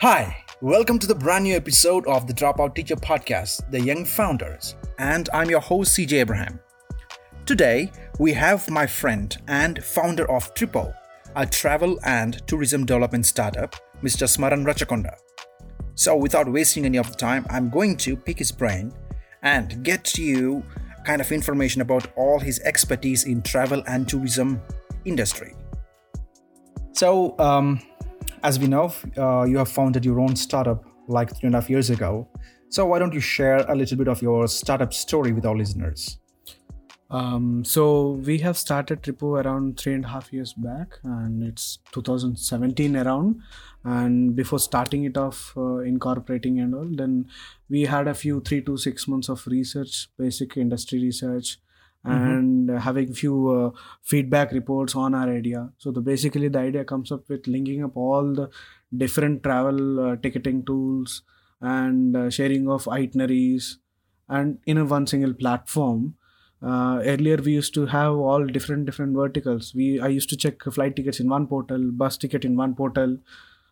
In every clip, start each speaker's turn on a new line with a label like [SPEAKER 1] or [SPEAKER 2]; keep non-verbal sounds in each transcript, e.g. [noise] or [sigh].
[SPEAKER 1] Hi, welcome to the brand new episode of the Dropout Teacher Podcast, The Young Founders, and I'm your host CJ Abraham. Today, we have my friend and founder of Tripo, a travel and tourism development startup, Mr. Smaran Rachakonda. So, without wasting any of the time, I'm going to pick his brain and get you kind of information about all his expertise in travel and tourism industry. So, um, as we know, uh, you have founded your own startup like three and a half years ago. So why don't you share a little bit of your startup story with our listeners?
[SPEAKER 2] Um, so we have started Tripo around three and a half years back, and it's 2017 around. And before starting it off, uh, incorporating and all, then we had a few three to six months of research, basic industry research, and uh, having few uh, feedback reports on our idea so the basically the idea comes up with linking up all the different travel uh, ticketing tools and uh, sharing of itineraries and in a one single platform uh, earlier we used to have all different different verticals we i used to check flight tickets in one portal bus ticket in one portal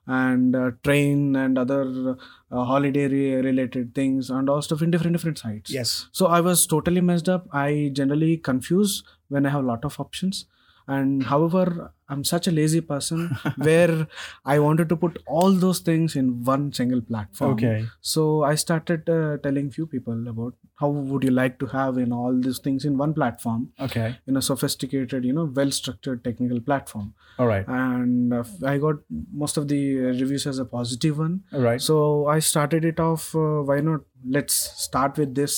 [SPEAKER 2] and uh, train and other uh, holiday re- related things and all stuff in different different sites
[SPEAKER 1] Yes.
[SPEAKER 2] so i was totally messed up i generally confuse when i have a lot of options and however i'm such a lazy person where i wanted to put all those things in one single platform so i started uh, telling few people about how would you like to have in all these things in one platform
[SPEAKER 1] Okay.
[SPEAKER 2] in a sophisticated you know well structured technical platform
[SPEAKER 1] All right.
[SPEAKER 2] and uh, i got most of the uh, reviews as a positive one
[SPEAKER 1] All right.
[SPEAKER 2] so I started it off. Uh, why not? Let's start with this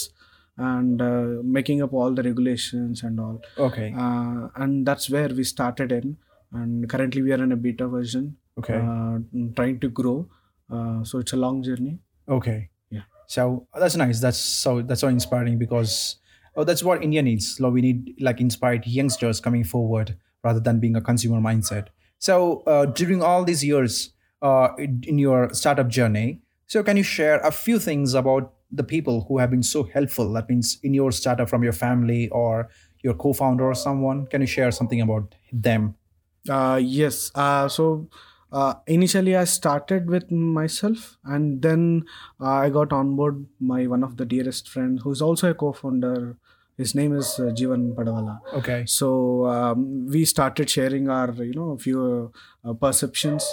[SPEAKER 2] and uh, making up all the regulations and all.
[SPEAKER 1] Okay.
[SPEAKER 2] Uh, and that's where we started in. And currently we are in a beta version,
[SPEAKER 1] Okay.
[SPEAKER 2] uh, trying to grow. Uh, so it's a long journey.
[SPEAKER 1] Okay.
[SPEAKER 2] Yeah.
[SPEAKER 1] So oh, that's nice. That's so that's so inspiring because oh, that's what India needs. Like we need like inspired youngsters coming forward rather than being a consumer mindset. So uh, during all these years uh, in in your startup journey, so can you share a few things about the people who have been so helpful? That means in your startup from your family or your co-founder or someone. Can you share something about them?
[SPEAKER 2] Uh, yes. Uh, so uh, initially I started with myself, and then uh, I got on board my one of the dearest friend, who's also a co-founder. His name is uh, Jivan Padawala.
[SPEAKER 1] Okay.
[SPEAKER 2] so um, we started sharing our you know few uh, uh, perceptions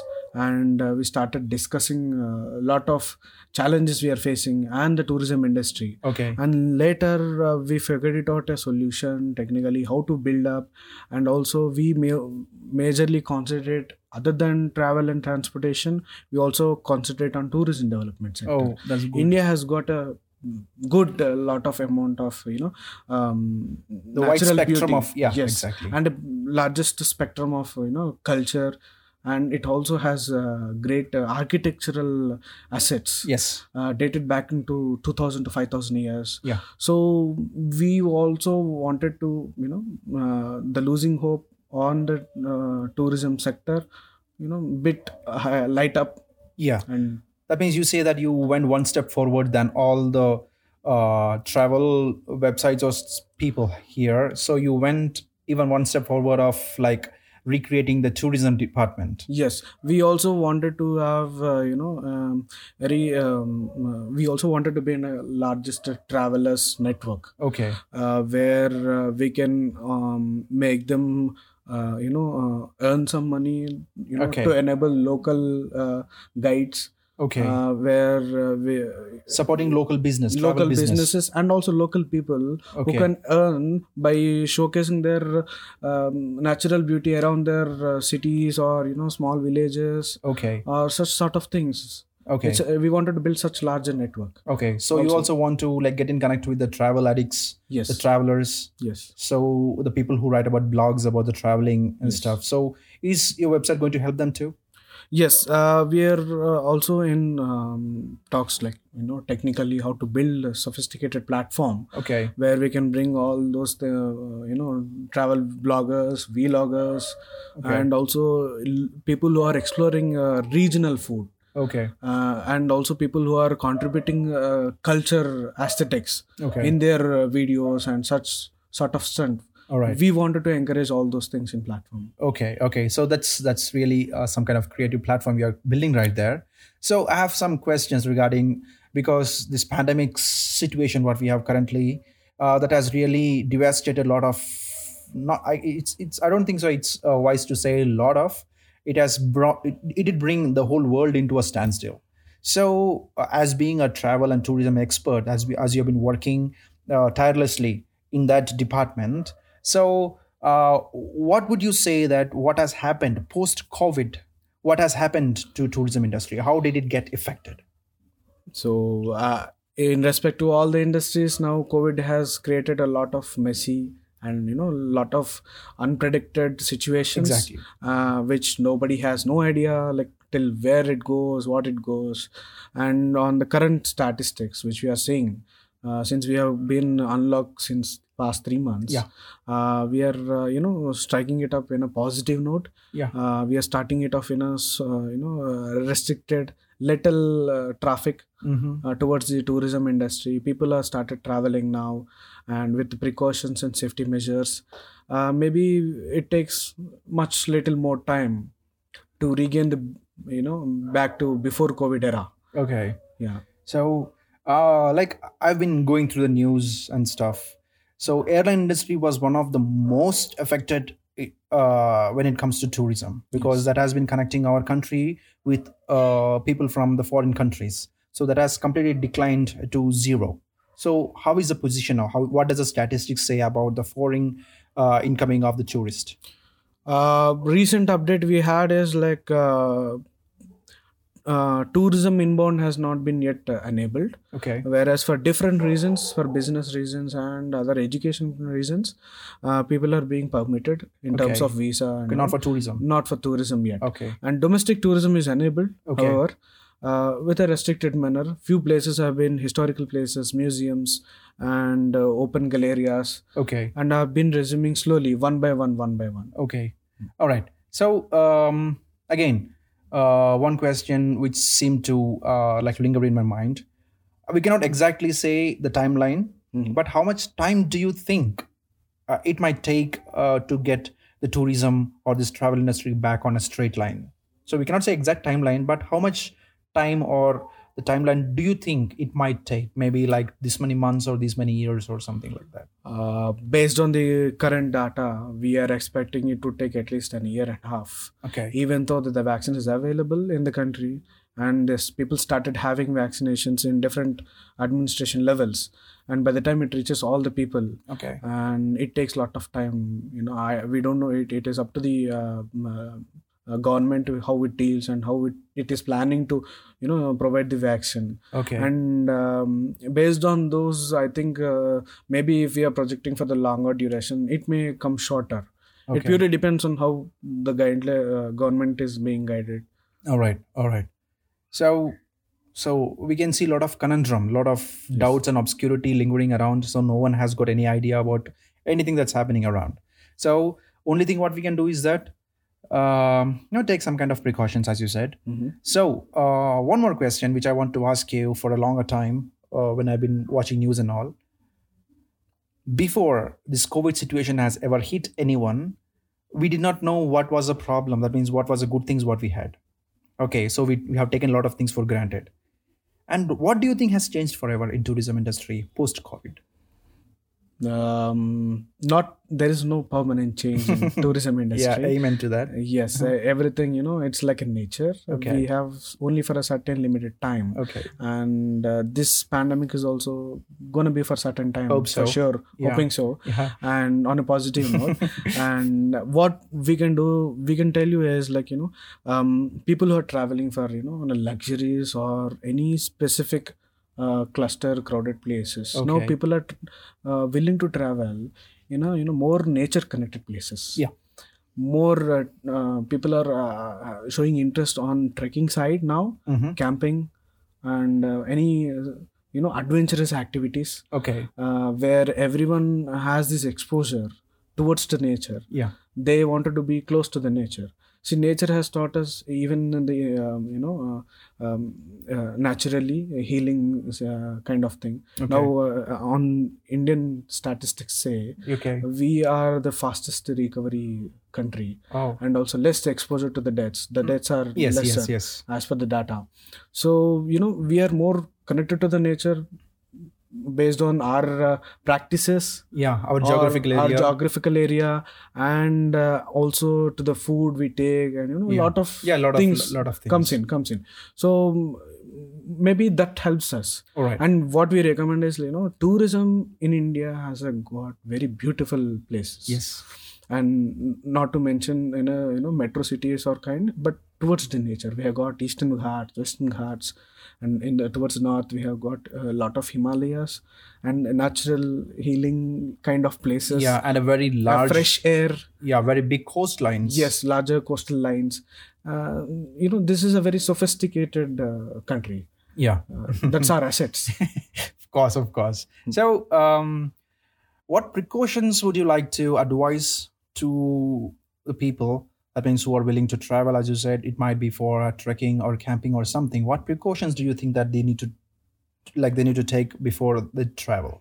[SPEAKER 2] and uh, we started discussing uh, a lot of challenges we are facing and the tourism industry
[SPEAKER 1] Okay.
[SPEAKER 2] and later uh, we figured it out a solution technically how to build up and also we ma- majorly concentrate other than travel and transportation we also concentrate on tourism development sector
[SPEAKER 1] Oh, that's good.
[SPEAKER 2] India has got a good uh, lot of amount of you know um,
[SPEAKER 1] the wide
[SPEAKER 2] natural
[SPEAKER 1] spectrum
[SPEAKER 2] beauty.
[SPEAKER 1] of yeah,
[SPEAKER 2] yes
[SPEAKER 1] exactly.
[SPEAKER 2] and the largest spectrum of you know culture and it also has uh, great uh, architectural assets
[SPEAKER 1] yes.
[SPEAKER 2] uh, dated back into 2000 to 5000 years
[SPEAKER 1] Yeah.
[SPEAKER 2] so we also wanted to you know uh, the losing hope on the uh, tourism sector you know bit uh, light up
[SPEAKER 1] Yeah.
[SPEAKER 2] and
[SPEAKER 1] That means you say that you went one step forward than all the uh, travel websites or s- people here. So you went even one step forward of like recreating the tourism department.
[SPEAKER 2] yes we also wanted to have uh, you know um, very um, uh, we also wanted to be in a largest travelers network
[SPEAKER 1] Okay.
[SPEAKER 2] uh, where uh, we can um, make them uh, you know uh, earn some money you know
[SPEAKER 1] Okay.
[SPEAKER 2] to enable local uh, guides
[SPEAKER 1] Okay.
[SPEAKER 2] uh, where uh, we,
[SPEAKER 1] Supporting local business, travel
[SPEAKER 2] local
[SPEAKER 1] business.
[SPEAKER 2] businesses and also local people
[SPEAKER 1] Okay.
[SPEAKER 2] who can earn by showcasing their um, natural beauty around their uh, cities or you know small villages
[SPEAKER 1] okay.
[SPEAKER 2] or such sort of things.
[SPEAKER 1] Okay.
[SPEAKER 2] It's, uh, we wanted to build such larger network.
[SPEAKER 1] okay. So you
[SPEAKER 2] also-
[SPEAKER 1] also want to like get in connect with the travel addicts,
[SPEAKER 2] Yes.
[SPEAKER 1] the travelers.
[SPEAKER 2] yes.
[SPEAKER 1] So the people who write about blogs about the traveling and
[SPEAKER 2] Yes.
[SPEAKER 1] stuff. So is your website going to help them too?
[SPEAKER 2] Yes. Uh, we are uh, also in um, talks like you know technically how to build a sophisticated platform
[SPEAKER 1] Okay.
[SPEAKER 2] where we can bring all those uh, you know travel bloggers, vloggers,
[SPEAKER 1] Okay.
[SPEAKER 2] and also l- people who are exploring uh, regional food.
[SPEAKER 1] Okay.
[SPEAKER 2] Uh, and also people who are contributing uh, culture aesthetics
[SPEAKER 1] Okay.
[SPEAKER 2] in their uh, videos and such sort of stuff
[SPEAKER 1] All right.
[SPEAKER 2] we wanted to encourage all those things in platform
[SPEAKER 1] Okay, okay. So that's that's really uh, some kind of creative platform you're building right there. So I have some questions regarding because this pandemic situation what we have currently uh, that has really devastated a lot of not I, it's it's I don't think so it's uh, wise to say a lot of it has brought it, it did bring the whole world into a standstill. So uh, as being a travel and tourism expert as we, as you have been working uh, tirelessly in that department so, uh, what would you say that what has happened post COVID? What has happened to tourism industry? How did it get affected?
[SPEAKER 2] so uh, in respect to all the industries now covid has created a lot of messy and you know lot of unpredicted situations
[SPEAKER 1] Exactly.
[SPEAKER 2] uh, which nobody has no idea like till where it goes what it goes and on the current statistics which we are seeing uh, since we have been unlocked since past three months
[SPEAKER 1] Yeah.
[SPEAKER 2] uh, we are uh, you know striking it up in a positive note
[SPEAKER 1] Yeah.
[SPEAKER 2] uh, we are starting it off in a s- uh, you know uh, restricted little uh, traffic
[SPEAKER 1] Mm-hmm.
[SPEAKER 2] uh, towards the tourism industry. People are started traveling now, and with precautions and safety measures, uh, maybe it takes much little more time to regain the you know back to before COVID era.
[SPEAKER 1] Okay.
[SPEAKER 2] Yeah,
[SPEAKER 1] So, uh, like I've been going through the news and stuff. So, airline industry was one of the most affected uh, when it comes to tourism because that has been connecting our country with uh, people from the foreign countries. So that has completely declined to zero. So, how is the position now? How what does the statistics say about the foreign uh, incoming of the tourist?
[SPEAKER 2] uh, recent update we had is like. Uh, uh, tourism inbound has not been yet uh, enabled.
[SPEAKER 1] Okay.
[SPEAKER 2] whereas for different reasons for business reasons and other education reasons uh, people are being permitted in terms
[SPEAKER 1] Okay.
[SPEAKER 2] of visa and
[SPEAKER 1] Not
[SPEAKER 2] all.
[SPEAKER 1] for tourism.
[SPEAKER 2] not for tourism yet
[SPEAKER 1] Okay.
[SPEAKER 2] and domestic tourism is enabled
[SPEAKER 1] Okay.
[SPEAKER 2] however uh, with a restricted manner few places have been historical places museums and uh, open galerias
[SPEAKER 1] Okay.
[SPEAKER 2] and have been resuming slowly one by one one by one
[SPEAKER 1] Okay. All right. So um, again, uh, one question which seemed to uh, like linger in my mind. We cannot exactly say the timeline,
[SPEAKER 2] Mhm.
[SPEAKER 1] but how much time do you think uh, it might take uh, to get the tourism or this travel industry back on a straight line? So we cannot say exact timeline, but how much time or the timeline do you think it might take? Maybe like this many months or this many years or something like that.
[SPEAKER 2] uh, based on the current data we are expecting it to take at least an year and a half
[SPEAKER 1] Okay.
[SPEAKER 2] even though that the vaccine is available in the country and this people started having vaccinations in different administration levels and by the time it reaches all the people
[SPEAKER 1] Okay.
[SPEAKER 2] and it takes lot of time you know i we don't know it, it is up to the uh, m- uh, government to how it deals and how it, it is planning to you know provide the vaccine
[SPEAKER 1] Okay.
[SPEAKER 2] and um, based on those i think uh, maybe if we are projecting for the longer duration it may come shorter it
[SPEAKER 1] Okay.
[SPEAKER 2] purely depends on how the guideline uh, government is being guided
[SPEAKER 1] All right, all right. So, so we can see a lot of conundrum, a lot of doubts and obscurity lingering around. So no one has got any idea about anything that's happening around. So only thing what we can do is that um, you know take some kind of precautions, as you said. So, uh, one more question which I want to ask you for a longer time uh, when I've been watching news and all. Before this COVID situation has ever hit anyone, we did not know what was a problem. That means what was the good things what we had. Okay, so we, we have taken a lot of things for granted. And what do you think has changed forever in tourism industry post COVID?
[SPEAKER 2] um, not there is no permanent change in
[SPEAKER 1] [laughs]
[SPEAKER 2] tourism
[SPEAKER 1] Yeah,
[SPEAKER 2] industry
[SPEAKER 1] amen to that.
[SPEAKER 2] yes uh, everything you know it's like in nature
[SPEAKER 1] Uh-huh.
[SPEAKER 2] Uh,
[SPEAKER 1] Okay.
[SPEAKER 2] we have only for a certain limited time
[SPEAKER 1] Okay.
[SPEAKER 2] and uh, this pandemic is also going to be for certain time
[SPEAKER 1] Hope so.
[SPEAKER 2] for sure
[SPEAKER 1] Yeah.
[SPEAKER 2] hoping so [laughs]
[SPEAKER 1] Yeah.
[SPEAKER 2] and on a
[SPEAKER 1] [laughs]
[SPEAKER 2] positive note and what we can do we can tell you is like you know um, people who are traveling for you know on a luxuries or any specific uh, cluster crowded places now
[SPEAKER 1] Okay.
[SPEAKER 2] people are uh, willing to travel you know you know more nature connected places
[SPEAKER 1] Yeah.
[SPEAKER 2] more uh, uh, people are uh, uh, showing interest on trekking side now
[SPEAKER 1] Mhm.
[SPEAKER 2] camping and uh, any uh, you know adventurous activities
[SPEAKER 1] Okay.
[SPEAKER 2] uh, where everyone has this exposure towards the nature
[SPEAKER 1] Yeah.
[SPEAKER 2] they wanted to be close to the nature see nature has taught us even in the um, you know uh, um, uh, naturally healing uh, kind of thing
[SPEAKER 1] Okay.
[SPEAKER 2] now uh, on indian statistics say
[SPEAKER 1] Okay.
[SPEAKER 2] we are the fastest recovery country
[SPEAKER 1] Oh.
[SPEAKER 2] and also less exposure to the deaths the deaths are
[SPEAKER 1] Hmm. Yes,
[SPEAKER 2] lesser
[SPEAKER 1] yes, yes.
[SPEAKER 2] as per the data so you know we are more connected to the nature based on our uh, practices
[SPEAKER 1] Yeah, our
[SPEAKER 2] or
[SPEAKER 1] geographical
[SPEAKER 2] our
[SPEAKER 1] area.
[SPEAKER 2] geographical area and uh, also to the food we take and you know a
[SPEAKER 1] Yeah.
[SPEAKER 2] lot of
[SPEAKER 1] yeah, lot
[SPEAKER 2] things
[SPEAKER 1] of lot of things.
[SPEAKER 2] comes in comes in so um, maybe that helps us
[SPEAKER 1] All right.
[SPEAKER 2] and what we recommend is you know tourism in india has a got very beautiful places
[SPEAKER 1] yes.
[SPEAKER 2] and not to mention in a you know metro cities or kind but towards the nature we have got eastern ghats western ghats and in the towards the north we have got a lot of himalayas and natural healing kind of places
[SPEAKER 1] Yeah, and a very
[SPEAKER 2] Uh,
[SPEAKER 1] large.
[SPEAKER 2] fresh air
[SPEAKER 1] Yeah, very big coastlines.
[SPEAKER 2] yes larger coastal lines uh, you know this is a very sophisticated uh, country
[SPEAKER 1] Yeah. [laughs]
[SPEAKER 2] uh, that's our assets
[SPEAKER 1] of course, of course.
[SPEAKER 2] Hmm.
[SPEAKER 1] So, um, what precautions would you like to advise to the people? That means who are willing to travel, as you said, it might be for uh, trekking or camping or something. What precautions do you think that they need to, like, they need to take before they travel?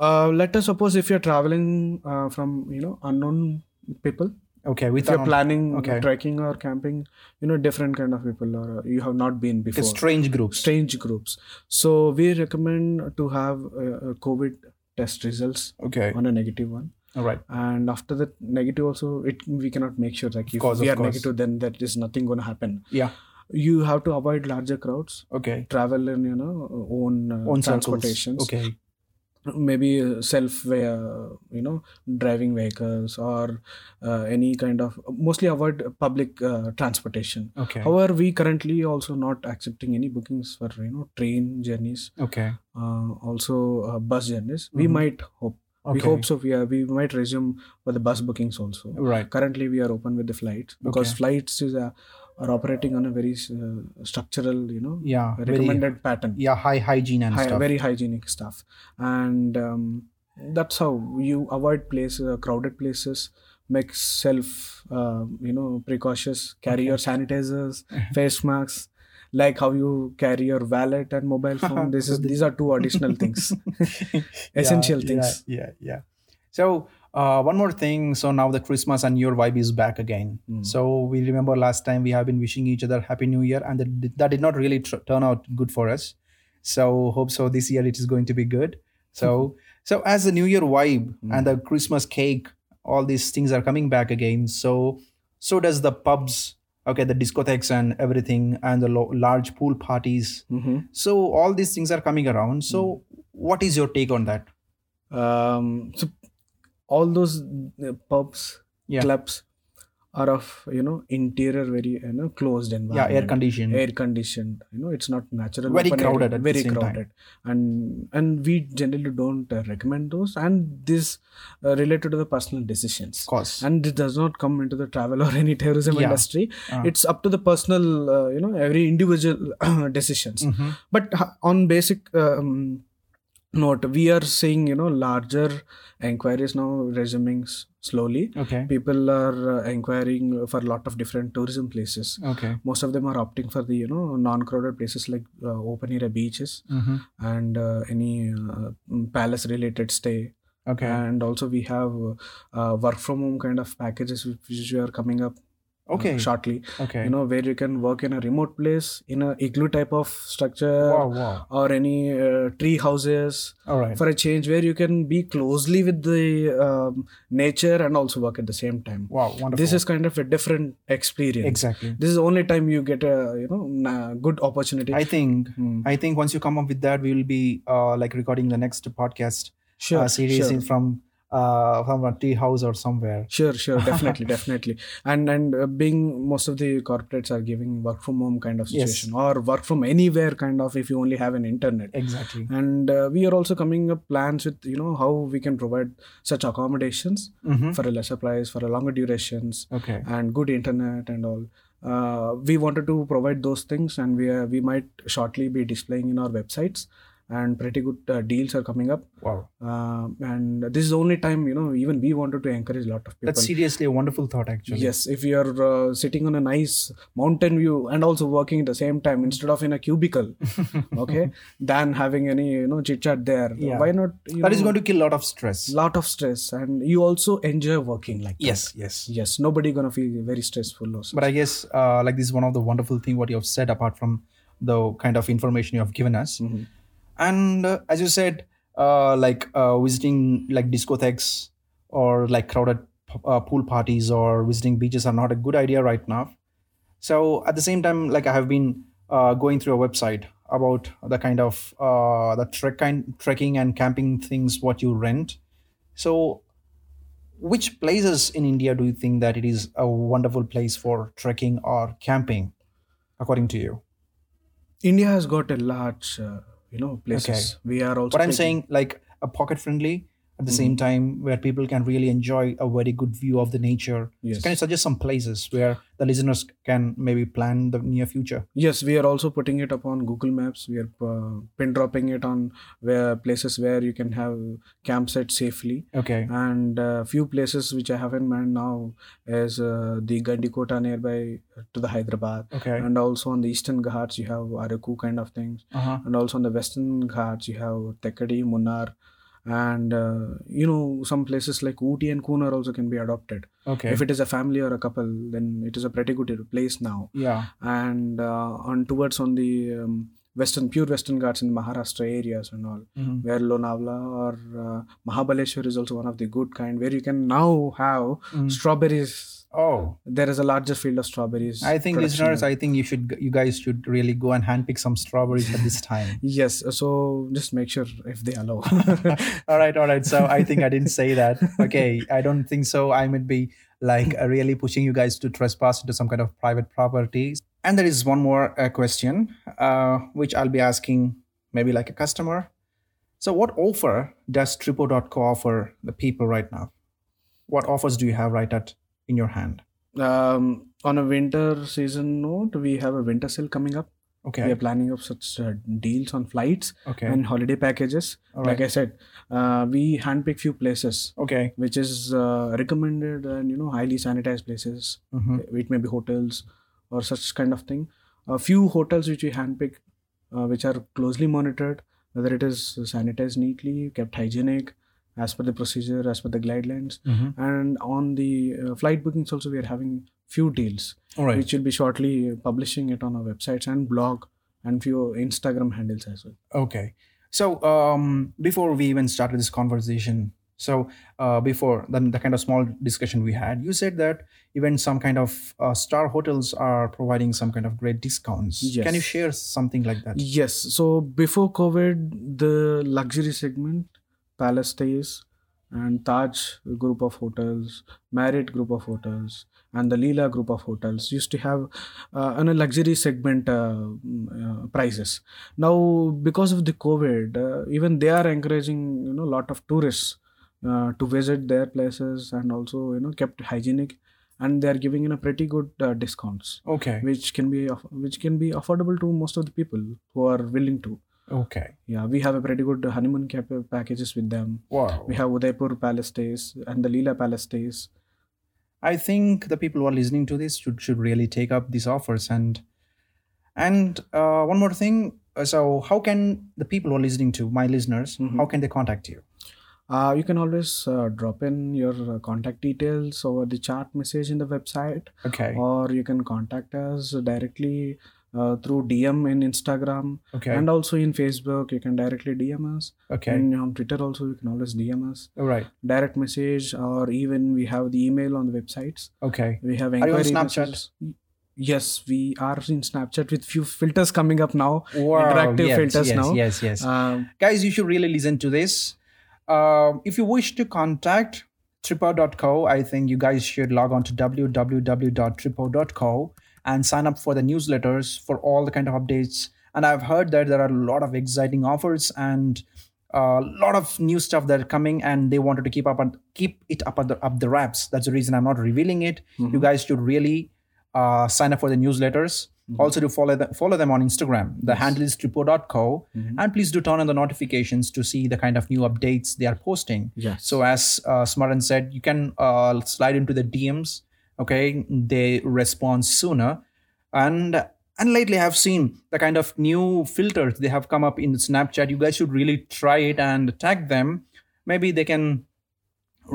[SPEAKER 2] uh, let us suppose if you're traveling uh, from you know unknown people
[SPEAKER 1] Okay,
[SPEAKER 2] if
[SPEAKER 1] with
[SPEAKER 2] you're
[SPEAKER 1] a
[SPEAKER 2] planning
[SPEAKER 1] okay.
[SPEAKER 2] trekking or camping you know different kind of people or uh, you have not been before
[SPEAKER 1] strange groups.
[SPEAKER 2] strange groups so we recommend to have uh, uh, covid test results
[SPEAKER 1] Okay,
[SPEAKER 2] on a negative one
[SPEAKER 1] all right.
[SPEAKER 2] and after the negative also it we cannot make sure like if
[SPEAKER 1] course,
[SPEAKER 2] we
[SPEAKER 1] of
[SPEAKER 2] are
[SPEAKER 1] course.
[SPEAKER 2] negative then there is nothing going to happen
[SPEAKER 1] Yeah.
[SPEAKER 2] you have to avoid larger crowds
[SPEAKER 1] Okay.
[SPEAKER 2] travel in you know own, uh,
[SPEAKER 1] On
[SPEAKER 2] transportations
[SPEAKER 1] Okay.
[SPEAKER 2] maybe uh, self uh, you know driving vehicles or uh, any kind of mostly avoid public uh, transportation
[SPEAKER 1] Okay.
[SPEAKER 2] however we currently also not accepting any bookings for you know train journeys
[SPEAKER 1] okay.
[SPEAKER 2] uh, also uh, bus journeys we
[SPEAKER 1] Mhm.
[SPEAKER 2] might hope we
[SPEAKER 1] Okay.
[SPEAKER 2] hope so we, are, we might resume for the bus bookings also
[SPEAKER 1] Right.
[SPEAKER 2] currently we are open with the flights because
[SPEAKER 1] Okay.
[SPEAKER 2] flights is a, are operating on a very uh, structural you know
[SPEAKER 1] Yeah.
[SPEAKER 2] recommended
[SPEAKER 1] Very,
[SPEAKER 2] pattern
[SPEAKER 1] yeah. High hygiene and
[SPEAKER 2] Hy-
[SPEAKER 1] stuff.
[SPEAKER 2] very hygienic stuff and um, that's how you avoid places uh, crowded places make self uh, you know precautious carry your
[SPEAKER 1] [laughs]
[SPEAKER 2] sanitizers face masks like how you carry your wallet and
[SPEAKER 1] [laughs]
[SPEAKER 2] mobile phone this is these are two additional things essential
[SPEAKER 1] Yeah,
[SPEAKER 2] things
[SPEAKER 1] Yeah, yeah, yeah. So uh, one more thing. So now the Christmas and your vibe is back again.
[SPEAKER 2] Mm.
[SPEAKER 1] So we remember last time we have been wishing each other Happy New Year, and that, did- that did not really tr- turn out good for us. So hope so this year it is going to be good. So so as the New Year vibe and the Christmas cake, all these things are coming back again. So so does the pubs. Okay, the discotheques and everything, and the lo- large pool parties.
[SPEAKER 2] Mhm.
[SPEAKER 1] So all these things are coming around. So what is your take on that?
[SPEAKER 2] um so all those uh, pubs
[SPEAKER 1] Yeah.
[SPEAKER 2] clubs are of you know interior very you know closed
[SPEAKER 1] yeah
[SPEAKER 2] environment
[SPEAKER 1] air conditioned
[SPEAKER 2] air conditioned you know it's not natural
[SPEAKER 1] Hmm. Very
[SPEAKER 2] open air,
[SPEAKER 1] crowded at the
[SPEAKER 2] very
[SPEAKER 1] same time.
[SPEAKER 2] crowded and and we generally don't uh, recommend those and this uh, related to the personal decisions
[SPEAKER 1] course
[SPEAKER 2] and it does not come into the travel or any tourism
[SPEAKER 1] Yeah.
[SPEAKER 2] industry
[SPEAKER 1] Uh.
[SPEAKER 2] it's up to the personal uh, you know every individual uh, [clears throat] decisions
[SPEAKER 1] Mhm.
[SPEAKER 2] but h- on basic um, note we are seeing you know larger inquiries now resuming s- slowly
[SPEAKER 1] okay
[SPEAKER 2] people are uh, inquiring for a lot of different tourism places
[SPEAKER 1] okay
[SPEAKER 2] most of them are opting for the you know non-crowded places like uh, open area beaches
[SPEAKER 1] Mhm.
[SPEAKER 2] and uh, any uh, palace related stay
[SPEAKER 1] okay
[SPEAKER 2] and also we have uh, work from home kind of packages which which are coming up uh,
[SPEAKER 1] okay
[SPEAKER 2] shortly
[SPEAKER 1] okay
[SPEAKER 2] you know where you can work in a remote place in a igloo type of structure
[SPEAKER 1] wow wow
[SPEAKER 2] or any uh, tree houses
[SPEAKER 1] Um, all right
[SPEAKER 2] for a change where you can be closely with the um, nature and also work at the same time
[SPEAKER 1] wow wonderful
[SPEAKER 2] this is kind of a different experience
[SPEAKER 1] exactly
[SPEAKER 2] this is the only time you get a you know na- good opportunity
[SPEAKER 1] i think
[SPEAKER 2] Hmm.
[SPEAKER 1] i think once you come up with that we will be uh, like recording the next podcast
[SPEAKER 2] sure
[SPEAKER 1] uh, series
[SPEAKER 2] sure.
[SPEAKER 1] in from uh, from a tea house or somewhere
[SPEAKER 2] Sure,
[SPEAKER 1] [laughs]
[SPEAKER 2] sure, definitely, definitely, and and uh, being most of the corporates are giving work from home kind of
[SPEAKER 1] Yes.
[SPEAKER 2] situation or work from anywhere kind of if you only have an internet,
[SPEAKER 1] exactly
[SPEAKER 2] and uh, we are also coming up plans with you know how we can provide such accommodations
[SPEAKER 1] Mhm.
[SPEAKER 2] for a lesser price for a longer durations
[SPEAKER 1] okay
[SPEAKER 2] and good internet and all uh, we wanted to provide those things and we are, we might shortly be displaying in our websites and pretty good uh, deals are coming up.
[SPEAKER 1] Wow.
[SPEAKER 2] Uh, and this is the only time you know even we wanted to encourage a lot of people.
[SPEAKER 1] That's seriously a wonderful thought, actually.
[SPEAKER 2] Yes, if you are uh, sitting on a nice mountain view and also working at the same time instead of in a
[SPEAKER 1] [laughs]
[SPEAKER 2] cubicle, okay, than having any you know chit chat there.
[SPEAKER 1] Yeah.
[SPEAKER 2] Why not? You
[SPEAKER 1] That
[SPEAKER 2] know,
[SPEAKER 1] is going to kill a lot of stress.
[SPEAKER 2] lot of stress, and you also enjoy working like that.
[SPEAKER 1] Yes, yes.
[SPEAKER 2] Yes, nobody gonna feel very stressful. Also.
[SPEAKER 1] But I guess uh, like this is one of the wonderful thing what you have said apart from the kind of information you have given us.
[SPEAKER 2] Mhm.
[SPEAKER 1] And uh, as you said, uh, like uh, visiting like discotheques or like crowded p- uh, pool parties or visiting beaches are not a good idea right now. So at the same time, like I have been uh, going through a website about the kind of uh, the trek kind trekking and camping things what you rent. So which places in India do you think that it is a wonderful place for trekking or camping, according to you?
[SPEAKER 2] India has got a large, uh, you know, places. We are also.
[SPEAKER 1] What I'm
[SPEAKER 2] taking-
[SPEAKER 1] saying, like a pocket friendly, at the same
[SPEAKER 2] Mm-hmm.
[SPEAKER 1] time where people can really enjoy a very good view of the nature. So
[SPEAKER 2] Yes.
[SPEAKER 1] can you suggest some places where the listeners can maybe plan the near future?
[SPEAKER 2] Yes, we are also putting it up on Google Maps. We are uh, pin dropping it on where places where you can have campsite safely.
[SPEAKER 1] Okay.
[SPEAKER 2] And uh, few places which I haven't mind now is uh, the Gandikota nearby to the Hyderabad,
[SPEAKER 1] Okay.
[SPEAKER 2] and also on the eastern ghats you have Araku kind of things,
[SPEAKER 1] Uh-huh.
[SPEAKER 2] and also on the western ghats you have Tekadi, Munnar, and uh, you know some places like Ooty and Kunar also can be adopted.
[SPEAKER 1] Okay.
[SPEAKER 2] If it is a family or a couple, then it is a pretty good place now
[SPEAKER 1] yeah.
[SPEAKER 2] and uh, on towards on the um, western pure western ghats in maharashtra areas and all
[SPEAKER 1] Mhm.
[SPEAKER 2] where lonavala or uh, mahabaleshwar is also one of the good kind where you can now have
[SPEAKER 1] Mm.
[SPEAKER 2] strawberries
[SPEAKER 1] Oh,
[SPEAKER 2] there is a larger field of strawberries
[SPEAKER 1] I think
[SPEAKER 2] production
[SPEAKER 1] listeners,
[SPEAKER 2] there.
[SPEAKER 1] I think you should, g- you guys should really go and handpick some strawberries at this
[SPEAKER 2] [laughs]
[SPEAKER 1] time.
[SPEAKER 2] yes so just make sure if they allow
[SPEAKER 1] all right, all right. So I think I didn't say that. [laughs] Okay, I don't think so. I might be like uh, really pushing you guys to trespass into some kind of private property. And there is one more uh, question, uh, which I'll be asking maybe like a customer. So, what offer does Tripo.co offer the people right now? What offers do you have right at in your hand?
[SPEAKER 2] [laughs] um, on a winter season note we have a winter sale coming up we
[SPEAKER 1] Okay,
[SPEAKER 2] are planning of such uh, deals on flights
[SPEAKER 1] okay,
[SPEAKER 2] and holiday packages
[SPEAKER 1] all
[SPEAKER 2] like
[SPEAKER 1] right,
[SPEAKER 2] i said uh, we handpick few places
[SPEAKER 1] okay.
[SPEAKER 2] which is uh, recommended and you know highly sanitized places
[SPEAKER 1] Mhm.
[SPEAKER 2] it may be hotels or such kind of thing a few hotels which we handpick uh, which are closely monitored whether it is sanitized neatly kept hygienic as per the procedure as per the guidelines
[SPEAKER 1] Mhm.
[SPEAKER 2] and on the uh, flight bookings also we are having few deals
[SPEAKER 1] All right.
[SPEAKER 2] which will be shortly publishing it on our websites and blog and few instagram handles as well
[SPEAKER 1] Okay. So um, before we even started this conversation, so uh, before the, the kind of small discussion we had, you said that even some kind of uh, star hotels are providing some kind of great discounts. Can you
[SPEAKER 2] Yes.
[SPEAKER 1] share something like that?
[SPEAKER 2] Yes. So before COVID, the luxury segment, palace stays, and Taj group of hotels, Marriott group of hotels, and the Leela group of hotels used to have uh, on a luxury segment uh, mm, uh, prices. Now, because of the COVID, uh, even they are encouraging you know lot of tourists uh, to visit their places and also you know kept hygienic, and they are giving you know pretty good uh, discounts
[SPEAKER 1] Okay.
[SPEAKER 2] which can be aff- which can be affordable to most of the people who are willing to
[SPEAKER 1] Okay.
[SPEAKER 2] yeah we have a pretty good honeymoon cap- packages with them
[SPEAKER 1] Wow.
[SPEAKER 2] we have udaipur palace stays and the leela palace stays
[SPEAKER 1] I think the people who are listening to this should should really take up these offers and and uh, one more thing. uh, So how can the people who are listening to my listeners,
[SPEAKER 2] Mhm.
[SPEAKER 1] how can they contact you?
[SPEAKER 2] uh, you can always uh, drop in your uh, contact details over the chat message in the website
[SPEAKER 1] Okay.
[SPEAKER 2] or you can contact us directly uh, through dm in instagram
[SPEAKER 1] Okay.
[SPEAKER 2] and also in facebook you can directly dm us
[SPEAKER 1] Okay.
[SPEAKER 2] and on twitter also you can always dm us
[SPEAKER 1] All right.
[SPEAKER 2] direct message or even we have the email on the websites
[SPEAKER 1] Okay.
[SPEAKER 2] We have
[SPEAKER 1] on
[SPEAKER 2] inquiry
[SPEAKER 1] Snapchat?
[SPEAKER 2] messages. Yes, we are in Snapchat with few filters coming up now.
[SPEAKER 1] Wow,
[SPEAKER 2] interactive
[SPEAKER 1] yes,
[SPEAKER 2] filters
[SPEAKER 1] yes,
[SPEAKER 2] now.
[SPEAKER 1] Yes, yes.
[SPEAKER 2] Um,
[SPEAKER 1] Guys, you should really listen to this. Um, if you wish to contact Tripo.co, I think you guys should log on to www.tripo.co and sign up for the newsletters for all the kind of updates. And I've heard that there are a lot of exciting offers and a lot of new stuff that are coming, and they wanted to keep up and keep it up at the, up the wraps. That's the reason I'm not revealing it. You guys should really uh, sign up for the newsletters. Also, do follow them, follow them on Instagram. The handle is tripo.co. And please do turn on the notifications to see the kind of new updates they are posting.
[SPEAKER 2] Yes.
[SPEAKER 1] So, as uh, Smaran said, you can uh, slide into the DMs. Okay, they respond sooner, and and lately I've seen the kind of new filters they have come up in Snapchat. You guys should really try it and tag them. Maybe they can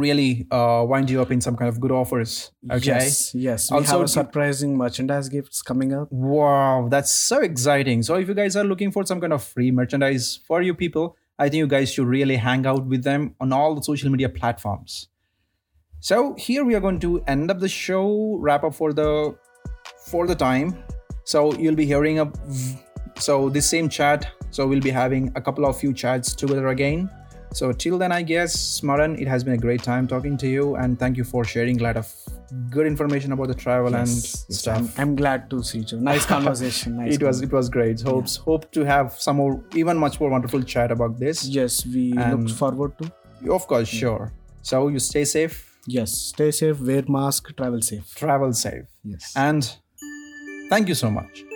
[SPEAKER 1] really uh, wind you up in some kind of good offers. Okay.
[SPEAKER 2] Yes, yes. We
[SPEAKER 1] Also,
[SPEAKER 2] have a
[SPEAKER 1] do-
[SPEAKER 2] surprising merchandise gifts coming up.
[SPEAKER 1] Wow, that's so exciting. So if you guys are looking for some kind of free merchandise for you people, I think you guys should really hang out with them on all the social media platforms. So here we are going to end up the show, wrap up for the for the time. So you'll be hearing a so this same chat. So we'll be having a couple of few chats together again. So till then, I guess Smaran, it has been a great time talking to you, and thank you for sharing a lot of good information about the travel
[SPEAKER 2] Yes,
[SPEAKER 1] and
[SPEAKER 2] yes,
[SPEAKER 1] stuff
[SPEAKER 2] I'm, I'm glad to see you.
[SPEAKER 1] [laughs]
[SPEAKER 2] Nice conversation. Nice.
[SPEAKER 1] it was it was great hopes hope to have some more even much more wonderful chat about
[SPEAKER 2] conversation.
[SPEAKER 1] this
[SPEAKER 2] Yes, we
[SPEAKER 1] And-
[SPEAKER 2] look forward to.
[SPEAKER 1] of course sure so you stay safe
[SPEAKER 2] Yes, stay safe. Wear mask. Travel safe.
[SPEAKER 1] travel safe
[SPEAKER 2] Yes.
[SPEAKER 1] and thank you so much